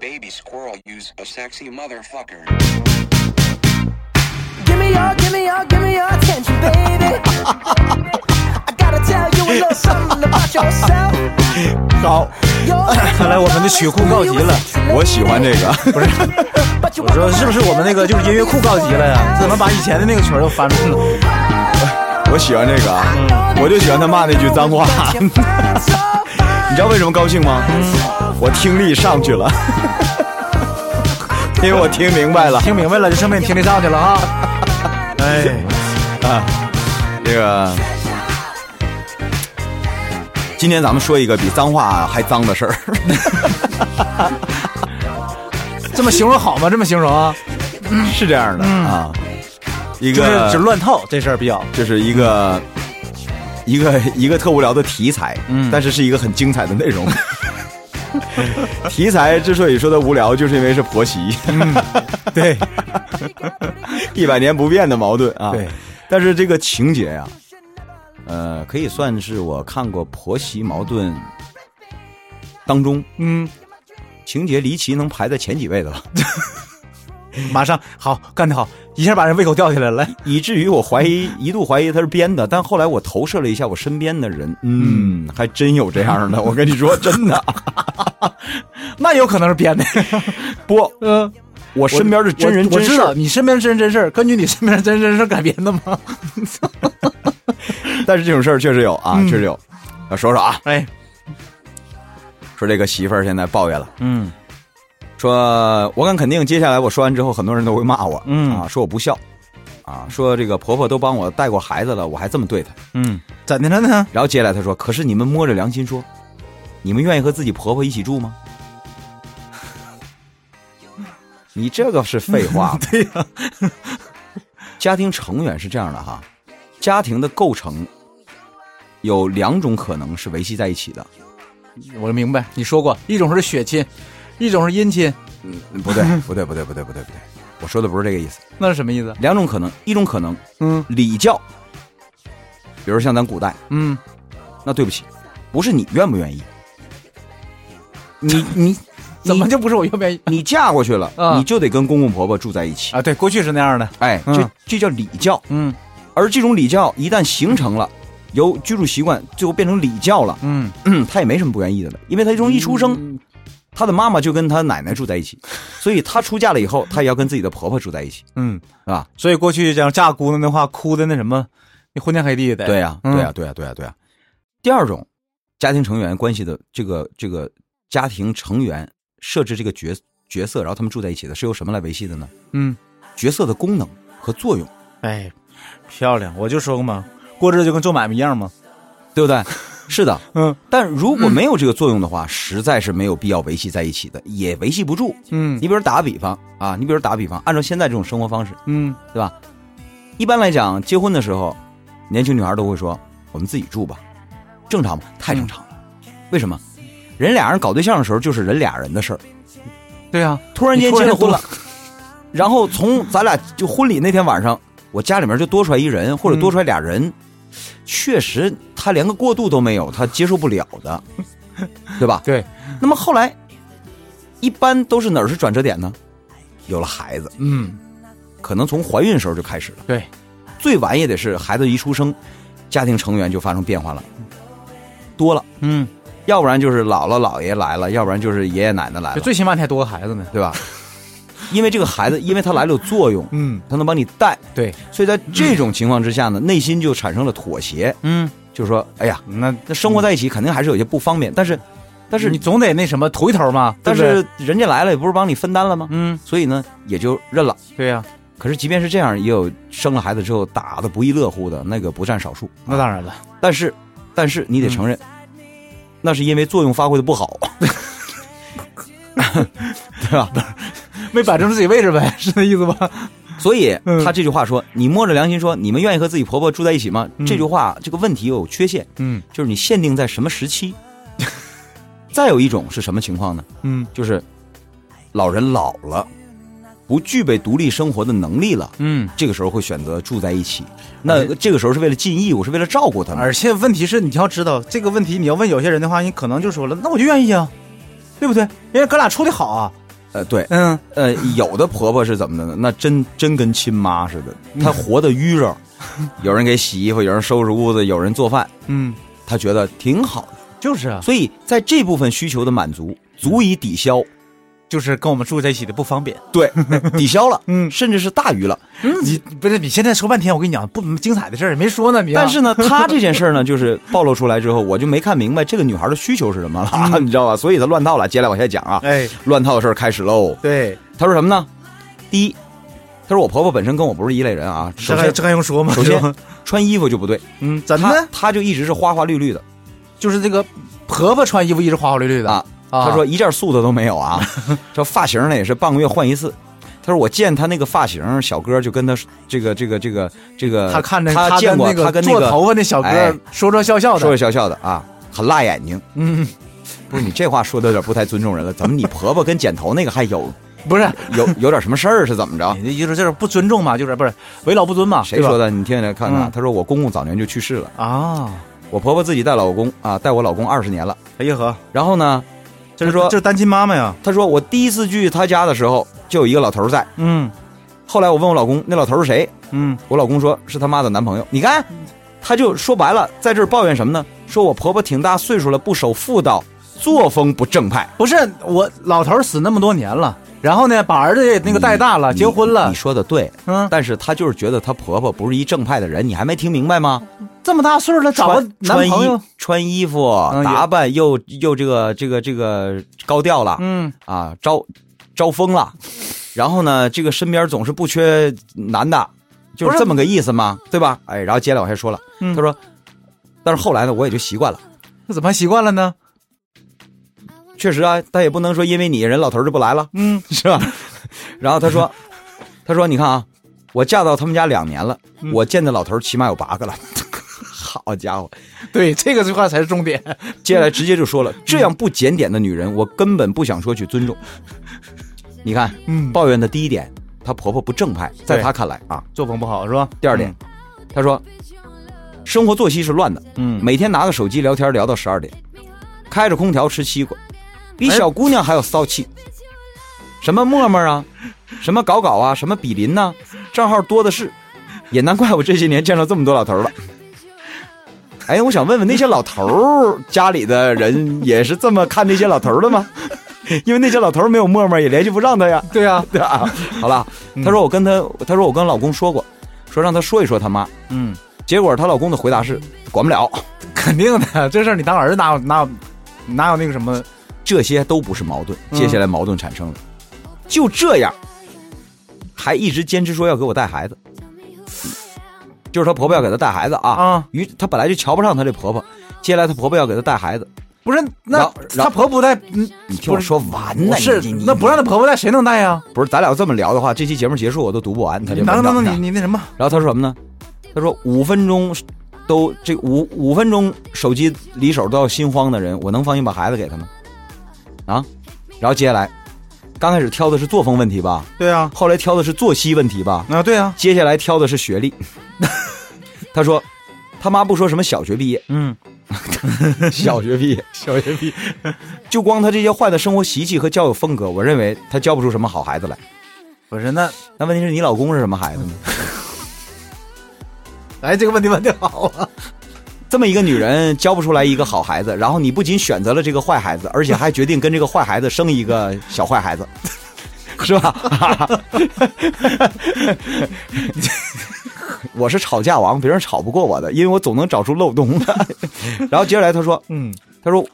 Baby squirrel use a sexy motherfucker. Give me your, give me your, give me your attention, baby. I gotta tell you a little something about yourself. 好，看看来我们的曲库告急了我喜欢这个，不是，我说是不是我们那个就是音乐库告急了呀？怎么把以前的那个曲儿都翻出来了？嗯我喜欢这个啊！我就喜欢他骂那句脏 话。你知道为什么高兴吗？嗯我听力上去了， 因为我听明白了。听明白了，就证明你听力上去了啊！ 哎，这个，今天咱们说一个比脏话还脏的事儿。 这么形容好吗？这么形容啊，嗯嗯是这样的、啊，一就是个只乱套这事儿比较。嗯就是一个一个一个特无聊的题材，嗯，但是是一个很精彩的内 容。题材之所以说它无聊，就是因为是婆媳，嗯对，一百年不变的矛盾啊。对，但是这个情节呀、呃，可以算是我看过婆媳矛盾当中嗯，情节离奇能排在前几位的了， 马上好，干得好， 一下把人胃口吊起来了。来， 以至于我怀疑 一度怀疑它是编的，但后来我投射了一下我身边的人，嗯，还真有这样的， 我跟你说，真的。那有可能是编 的。不，嗯，我身边的真人我真知事道儿，你身边真人真事儿，根据你身边真人真事儿改编的吗？但是这种事儿确实有啊，嗯确实有。要说说啊，哎，说这个媳妇儿现在抱怨了，嗯说我敢肯定，接下来我说完之后，很多人都会骂我，嗯啊，说我不孝，啊，说这个婆婆都帮我带过孩子了，我还这么对她。嗯，怎的了呢？然后接下来她说，可是你们摸着良心说，你们愿意和自己婆婆一起住吗？ 你这个是废话， 对呀、家庭成员是这样的哈，家庭的构成有两种可能是维系在一起的，我明白，你说过，一种是血亲，一种是姻亲，嗯不对，不对，不对，不对，不对，不对，我说的不是这个意思。那是什么意思？两种可能，一种可能嗯礼教，比如像咱古代，嗯，那对不起，不是你愿不愿意，你 你怎么就不是我愿不愿意你嫁过去了，啊你就得跟公公婆婆住在一起。 啊？对，过去是那样的。哎，嗯这这叫礼教，嗯而这种礼教一旦形成了，由居住习惯最后变成礼教了，嗯，嗯， 他也没什么不愿意的了，因为他从一出生，他的妈妈就跟他奶奶住在一起，所以他出嫁了以后，他也要跟自己的婆婆住在一起，嗯，是吧？所以过去讲嫁姑娘的话，哭的那什么，你昏天黑地的。对呀、嗯对呀、对呀、啊对呀、对呀、第二种，家庭成员关系的这个这个家庭成员设置这个角角色，然后他们住在一起的是由什么来维系的呢？嗯，角色的功能和作用，哎，漂亮，我就说过嘛，过日子就跟做买卖一样嘛。对不 对？是的，嗯。但如果没有这个作用的话，实在是没有必要维系在一起的，也维系不住。嗯你比如打个比方啊，你比如打个比方，按照现在这种生活方式，嗯对吧？一般来讲，结婚的时候，年轻女孩都会说：“我们自己住吧，正常吗？太正常了。为什么？人俩人搞对象的时候就是人俩人的事儿，对呀、啊，突然间你突结然了婚了多， 然后从咱俩就婚礼那天晚上，我家里面就多出来一人或者多出来俩人，确实他连个过渡都没有，他接受不了的， 对吧？对，那么后来，一般都是哪儿是转折点呢？有了孩子，嗯可能从怀孕时候就开始了。对，最晚也得是孩子一出生，家庭成员就发生变化了，多了，嗯，要不然就是姥姥姥爷来了，要不然就是爷爷奶奶来就了，最起码你还多个孩子呢。对吧？因为这个孩子，因为他来了有作用，嗯，他能帮你带，对，所以在这种情况之下呢，内心就产生了妥协，嗯，就是说，哎呀，那那生活在一起肯定还是有些不方便，但是，但但是是你，总得那什么头一头嘛。但嗯对不是对人家来了也不是帮你分担了吗？嗯，所以呢，也就认了。对呀、可是即便是这样，也有生了孩子之后打的不亦乐乎的那个不占少数，啊那嗯当然了，但是，但是你得承认，那是因为作用发挥的不好，对吧？ 没摆正自己位置呗，是那意思吧？所以嗯他这句话说：“你摸着良心说，你们愿意和自己婆婆住在一起吗？”这句话这个问题有缺陷，嗯就是你限定在什么时期。 再有一种是什么情况呢？嗯就是老人老了，不具备独立生活的能力了。嗯。这个时候会选择住在一起，那这个时候是为了尽义，我是为了照顾他们。而且问题是，你要知道这个问题，你要问有些人的话，你可能就说了，那我就愿意啊，对不对？因为哥俩处的好啊，呃，对，嗯，呃，有的婆婆是怎么的呢？那真真跟亲妈似的，她活得淤 着，有人给洗衣服，有人收拾屋子，有人做饭，嗯，她觉得挺好的。就是啊，所以在这部分需求的满嗯足，足以抵消，就是跟我们住在一起的不方便。对， 抵消了，嗯甚至是大于了。你不是你现在说半天，我跟你讲不精彩的事儿也没说呢，你啊但是呢，她这件事儿呢，就是暴露出来之后，我就没看明白这个女孩的需求是什么了， 你知道吧？所以她乱套了。接下来往下讲啊，嗯哎，乱套的事儿开始喽。对，她说什么呢？第一，她说我婆婆本身跟我不是一类人啊。这首还先，这还用说吗？首先穿衣服就不对，嗯，怎么她呢？她就一直是花花绿绿的就是这个婆婆穿衣服一直花花绿绿的啊。啊她说一件素的都没有 啊，这发型呢也是半个月换一次。她说我见她那个发型，小哥就跟她这个这个这个这个，她看着呃她见跟过那个她跟那做个头发那小哥哎说说笑笑说说，的笑笑的啊，很辣眼睛。嗯， 不是你这话说的有点不太尊重人了，怎么你婆婆跟剪头那个还有不是，有有点什么事儿是怎么 着？你的意思就是不尊重嘛，就是不是为老不尊嘛？谁说的的？你听听看看啊嗯，她说我公公早年就去世了，啊？我婆婆自己带老公啊，带我老公二十年了。哎呀呵，然后呢，这是是说这是单亲妈妈呀？她说我第一次去她家的时候就有一个老头在，嗯后来我问我老公那老头是谁，嗯，我老公说是他妈的男朋友。你看，她就说白了，在这儿抱怨什么呢？说我婆婆挺大岁数了，不守妇道，作风不正派。不是我老头儿死那么多年了，然后呢把儿子也那个带大了，你结婚了你，说的对，嗯，但是她就是觉得她婆婆不是一正派的人，你还没听明白吗？这么大岁数了找个穿男朋穿友衣，穿衣服、嗯打扮又又这个这个这个高调了、嗯，啊，招招风了，然后呢，这个身边总是不缺男的，就不是是这么个意思吗？对吧？哎，然后接下来我还说了，嗯他说，但是后来呢，我也就习惯了。那怎么还习惯了呢？确实啊，但也不能说因为你人老头儿就不来了，嗯 是吧？然后他说，他说你看啊，我嫁到他们家两年了，嗯我见的老头儿起码有八个了。 好家伙，，对，这个句话才是重点。接下来直接就说了，这样不检点的女人，我根本不想说去尊重。你看，嗯，抱怨的第一点，她婆婆不正派，在她看来啊。作风不好是吧？第二点，她说，生活作息是乱的，嗯，嗯，每天拿个手机聊天聊到十二点，开着空调吃西瓜，比小姑娘还要骚气。什么陌陌啊，什么搞搞啊，什么比邻呐、账号多的是，也难怪我这些年见到这么多老头儿了。哎，我想问问那些老头儿家里的人也是这么看那些老头儿的吗？ 因为那些老头儿没有陌陌，也联系不上他呀。对啊， 对吧？好了，嗯她说我跟她，她说我跟老公说过，说让她说一说他妈。嗯，结果她老公的回答是管不了， 肯定的，这事儿你当儿子哪有哪有哪有那个什么？这些都不是矛盾。嗯接下来矛盾产生了，就这样，还一直坚持说要给我带孩子，就是她婆婆要给她带孩子啊。啊于她本来就瞧不上她这婆婆，接下来她婆婆要给她带孩子，不是，那然后然她后婆婆带，嗯你听我说完呢不，是你你那不让她婆婆带，谁能带呀？不是咱俩这么聊的话，这期节目结束我都读不完。她这文啊能能档能，呢你你那什么？然后她说什么呢？她说五分钟都这五五分钟手机离手都要心慌的人，我能放心把孩子给他吗？啊？然后接下来，刚开始挑的是作风问题吧，对啊，后来挑的是作息问题吧，啊对啊，接下来挑的是学历。 她说，他妈不说什么小学毕业，嗯，小学毕业， 小学屁，就光他这些坏的生活习气和教育风格，我认为他教不出什么好孩子来。不是那，那问题是你老公是什么孩子呢？哎，这个问题问的好啊，这么一个女人教不出来一个好孩子，然后你不仅选择了这个坏孩子，而且还决定跟这个坏孩子生一个小坏孩子， 是吧？ 我是吵架王，别人吵不过我的，因为我总能找出漏洞的。然后接下来他说嗯：“他说，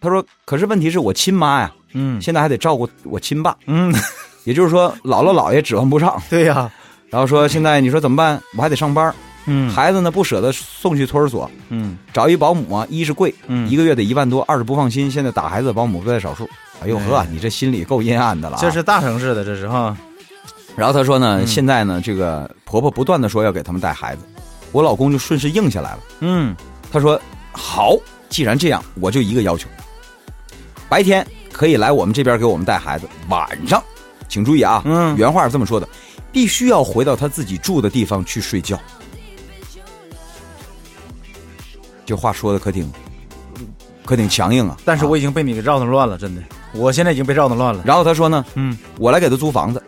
他说，可是问题是我亲妈呀，嗯现在还得照顾我亲爸，嗯， 也就是说姥姥姥爷指望不上。对呀，然后说现在你说怎么办？我还得上班，嗯孩子呢不舍得送去托儿所，嗯找一保姆啊，一是贵，嗯一个月得一万多；二是不放心，现在打孩子的保姆不在少数。哎呦呵，你这心里够阴暗的了、啊。这是大城市的，这是哈，然后她说呢，嗯现在呢，这个婆婆不断的说要给他们带孩子，我老公就顺势应下来了。嗯他说好，既然这样，我就一个要求：白天可以来我们这边给我们带孩子，晚上，请注意啊，嗯原话是这么说的，必须要回到他自己住的地方去睡觉。这话说的可挺，可挺强硬啊！但是啊我已经被你给绕腾乱了，真的，我现在已经被绕腾乱了。然后他说呢，嗯我来给他租房子。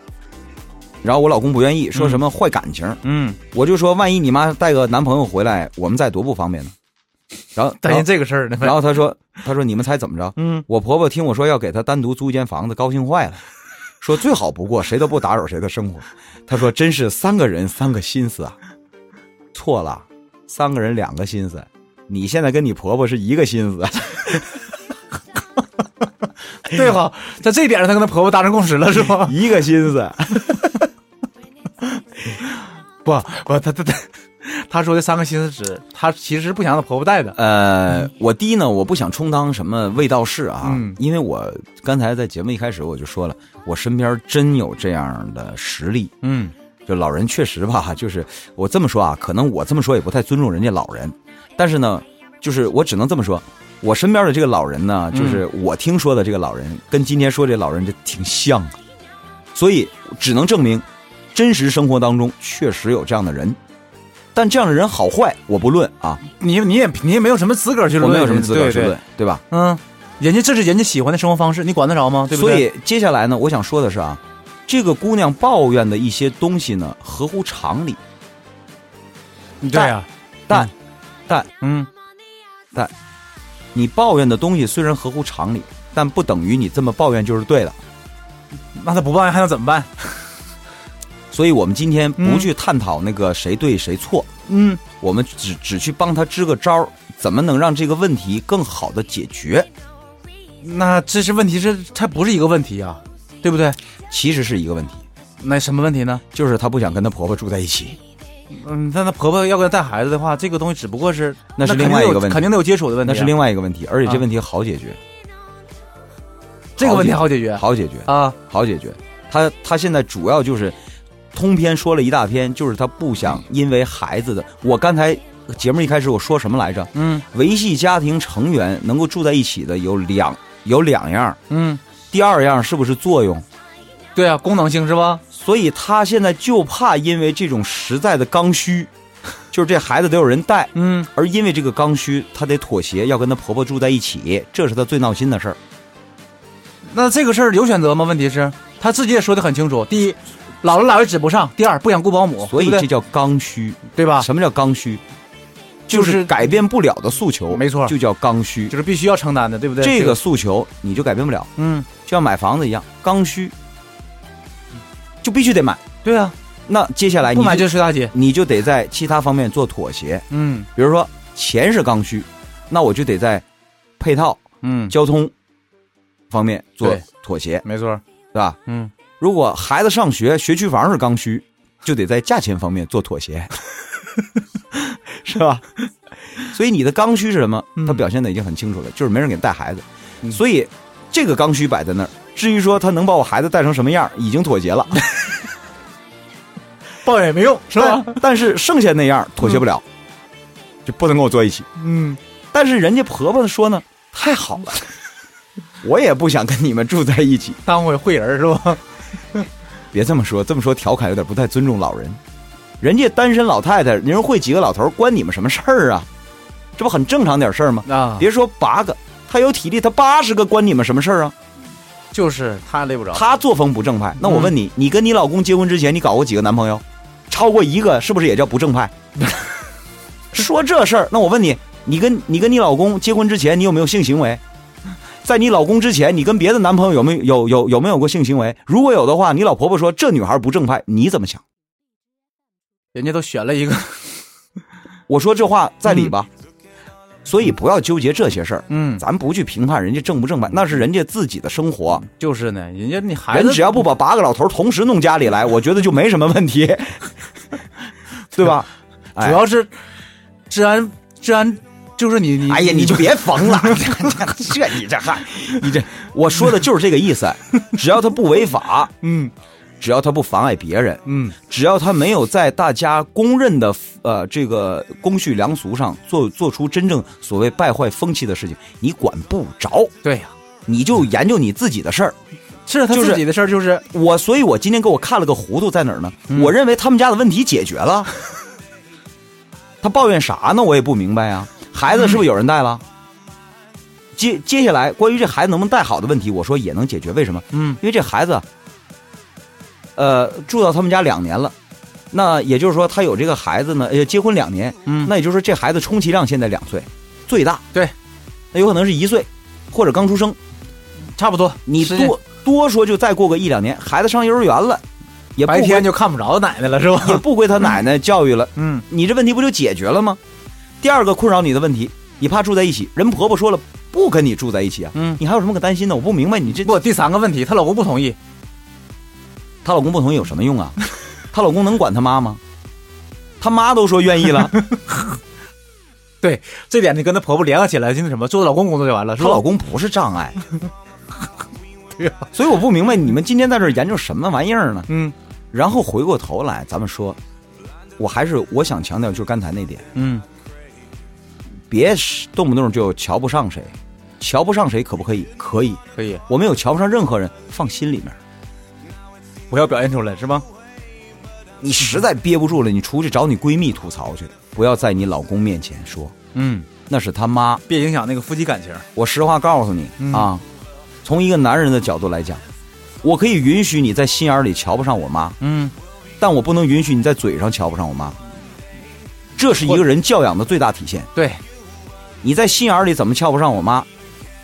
然后我老公不愿意，说什么坏感情。嗯，我就说，万一你妈带个男朋友回来，我们在多不方便呢。然后，担然心后这个事儿呢。然后他说，他说你们猜怎么着？嗯，我婆婆听我说要给她单独租一间房子，高兴坏了，说最好不过，谁都不打扰谁的生活。她说真是三个人三个心思啊，错了，三个人两个心思。你现在跟你婆婆是一个心思，对哈，在这一点上，他跟他婆婆达成共识了，是吧？一个心思。不不，他他他，他说的三个心思指，他其实不想让他婆婆带的。呃，我第一呢，我不想充当什么卫道士啊，嗯因为我刚才在节目一开始我就说了，我身边真有这样的实例，嗯就老人确实吧， 就是我这么说啊，可能我这么说也不太尊重人家老人，但是呢，就是我只能这么说，我身边的这个老人呢，嗯就是我听说的这个老人，跟今天说这老人这挺像的，所以只能证明，真实生活当中确实有这样的人，但这样的人好坏我不论啊，你你也你也没有什么资格去我论，没有什么资格对去论，。对吧？对嗯，人家这是人家喜欢的生活方式，你管得着吗？对不对？所以接下来呢，我想说的是啊，这个姑娘抱怨的一些东西呢，合乎常理，以对啊呀、但、但嗯，你抱怨的东西虽然合乎常理，但不等于你这么抱怨就是对的。那他不抱怨还能怎么办？所以我们今天不嗯去探讨那个谁对谁错，嗯，我们只只去帮她支个招儿，怎么能让这个问题更好的解决，那这是问题是它不是一个问题啊，对不对？其实是一个问题，那什么问题呢？就是她不想跟她婆婆住在一 起。嗯，但她婆婆要跟她带孩子的话，这个东西只不过是那是肯定另外一有个问题肯定得有接触的问题那啊、是另外一个问题，而且这啊问题好解决，这个问题好解决好解决。啊。好解决。他他现在主要就是通篇说了一大篇，就是他不想因为孩子的。我刚才节目一开始我说什么来着？嗯维系家庭成员能够住在一起的有两有两样，嗯，第二样是不是作用？对啊，功能性是吧？所以他现在就怕因为这种实在的刚需，就是这孩子得有人带，嗯，而因为这个刚需，她得妥协，要跟她婆婆住在一起，这是她最闹心的事儿。那这个事儿有选择吗？问题是她自己也说的很清楚：第一，老了老也指不上；第二，不想雇保姆，所以哦对这不对叫刚需。对吧？什么叫刚需？就就是是改变不了的诉求，没错就叫刚需就。是必须要承担的，对不对？这个诉求你就改变不了，嗯，就像买房子一样，刚需就必须得买。对啊，那接下来你不买就就是大姐。你就得在其他方面做妥协，嗯比如说钱是刚需，那我就得在配套、嗯，交通方面做对妥协，没错。对吧？嗯，如果孩子上学，学区房是刚需，就得在价钱方面做妥协， 是吧？所以你的刚需是什么？他表现的已经很清楚了，就是没人给带孩子。所以这个刚需摆在那儿，至于说他能把我孩子带成什么样，已经妥协了，抱怨也没用，是 吧？但但是剩下那样妥协不了，就不能跟我坐一起。嗯，但是人家婆婆说呢，太好了，我也不想跟你们住在一起。当回会人儿是吧？别这么说，这么说调侃有点不太尊重老人。人家单身老太太，人会几个老头儿，关你们什么事儿啊？这不很正常点事儿吗？啊，别说八个，他有体力，他八十个关你们什么事儿啊？就是他累不着。他作风不正派。那我问你，你跟你老公结婚之前，你搞过几个男朋友？超过一个是不是也叫不正派？说这事儿，那我问你，你跟你跟你老公结婚之前，你有没有性行为？在你老公之前，你跟别的男朋友有没有有有有没有过性行为？如果有的话，你老婆婆说这女孩不正派，你怎么想？人家都选了一个，我说这话在理吧，所以不要纠结这些事儿。嗯，咱不去评判人家正不正派，那是人家自己的生活。就是呢，人家你孩人子只要不把八个老头儿同时弄家里来，我觉得就没什么问 题，对吧？哎主要是治安治安，就是你你哎呀，你就别缝 了，这你这嗨，你这我说的就是这个意 思。只要他不违法，嗯只要他不妨碍别人，嗯只要他没有在大家公认的呃这个公序良俗上做做出真正所谓败坏风气的事情，你管不着，对呀、你就研究你自己的事儿。是啊他就是自己的事儿，就是我所以，我今天给我看了个糊涂在哪儿呢？嗯我认为他们家的问题解决 了，他抱怨啥呢？我也不明白啊。孩子是不是有人带了？接接下来关于这孩子能不能带好的问题，我说也能解决。为什么？嗯因为这孩子啊，呃，住到他们家两年了，那也就是说他有这个孩子呢，呃，结婚两年，嗯，那也就是说这孩子充其量现在两岁，最大对，那有可能是一岁，或者刚出生。差不多。你时间多多说就再过个一两年，孩子上幼儿园了，也不白天就就看不着奶奶了，是吧？也不归他奶奶教育了， 嗯，你这问题不就解决了吗？第二个困扰你的问题，你怕住在一起，人婆婆说了不跟你住在一起啊，嗯你还有什么可担心的？我不明白你这不，第三个问题，她老公不同意，她老公不同意有什么用啊？她老公能管她妈吗？她妈都说愿意 了，对这点你跟她婆婆联合起来，就那什么，做老公工作就完了，是她吧老？公不是障碍， 对啊所以我不明白你们今天在这儿研究什么玩意儿呢？嗯然后回过头来，咱们说，我还是我想强调就是刚才那点，嗯，别是动不动就瞧不上谁，瞧不上谁可不可以？可以，可以，我没有瞧不上任何人，放心里面。不要表现出来，是吧？你实在憋不住了，你出去找你闺蜜吐槽去，不要在你老公面前说嗯，那是他妈。别影响那个夫妻感情。我实话告诉你、嗯啊，从一个男人的角度来讲，我可以允许你在心眼里瞧不上我妈，嗯，但我不能允许你在嘴上瞧不上我妈。这是一个人教养的最大体现。对，你在心眼里怎么瞧不上我妈，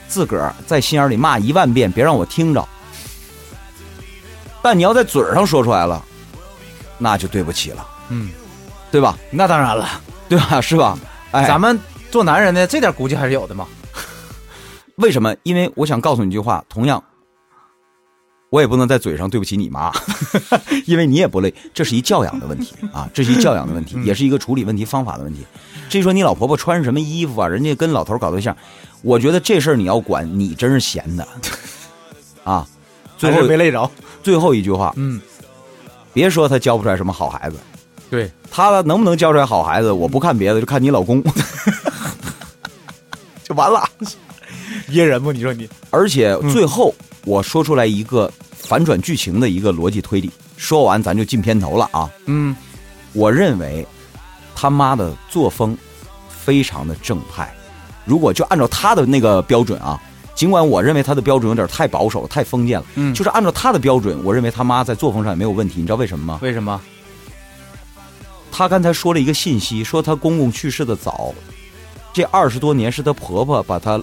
自个儿在心眼里骂一万遍，别让我听着。但你要在嘴上说出来了，那就对不起了，嗯，对吧？那当然了，对吧？是吧？哎，咱们做男人的这点骨气还是有的嘛。为什么？因为我想告诉你一句话，同样，我也不能在嘴上对不起你妈， 因为你也不累，这是一教养的问题啊，这是一教养的问题，也是一个处理问题方法的问题。至于说你老婆婆穿什么衣服啊，人家跟老头搞对象，我觉得这事儿你要管，你真是闲的啊。最还是没后累着。最后一句话，嗯，别说他教不出来什么好孩子，对，他能不能教出来好孩子，我不看别的，就看你老公，就完了。 噎人不？你说你，而且最后我说出来一个反转剧情的一个逻辑推理，说完咱就进片头了啊！嗯，我认为他妈的作风非常的正派，如果就按照他的那个标准啊，尽管我认为他的标准有点太保守了、太封建了，嗯就是按照他的标准，我认为他妈在作风上也没有问题，你知道为什么吗？为什么？她刚才说了一个信息，说她公公去世的早，这二十多年是她婆婆把她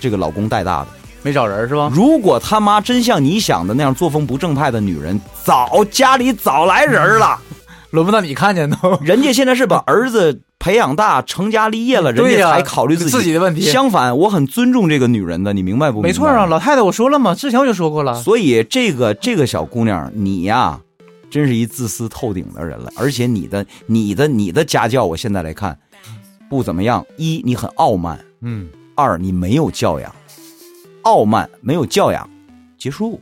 这个老公带大的。没找人是吧？如果他妈真像你想的那样作风不正派的女人，早家里早来人了。轮不到你看见都。嗯人家现在是把儿子培养大、成家立业了，人对呀家才考虑自己自己的问题相反，我很尊重这个女人的，你明白不明白？ 没错啊，。老太太我说了嘛，之前我就说过了。所以这个这个小姑娘，你呀、真是一自私透顶的人了。而且你的、你的、你的家教，我现在来看不怎么样。一，你很傲慢；嗯，二，你没有教养。傲慢没有教养，结束。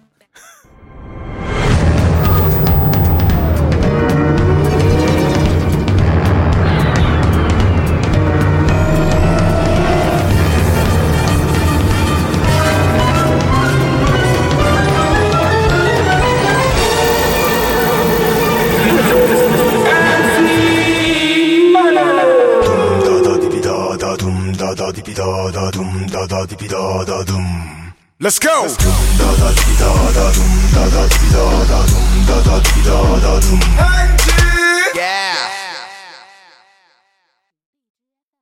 Dum da da di bi da da dum da da di bi da da dum da da di bi da da dum. Let's go. Dum da da di bi da da dum da da di bi da da dum da da di bi da da dum.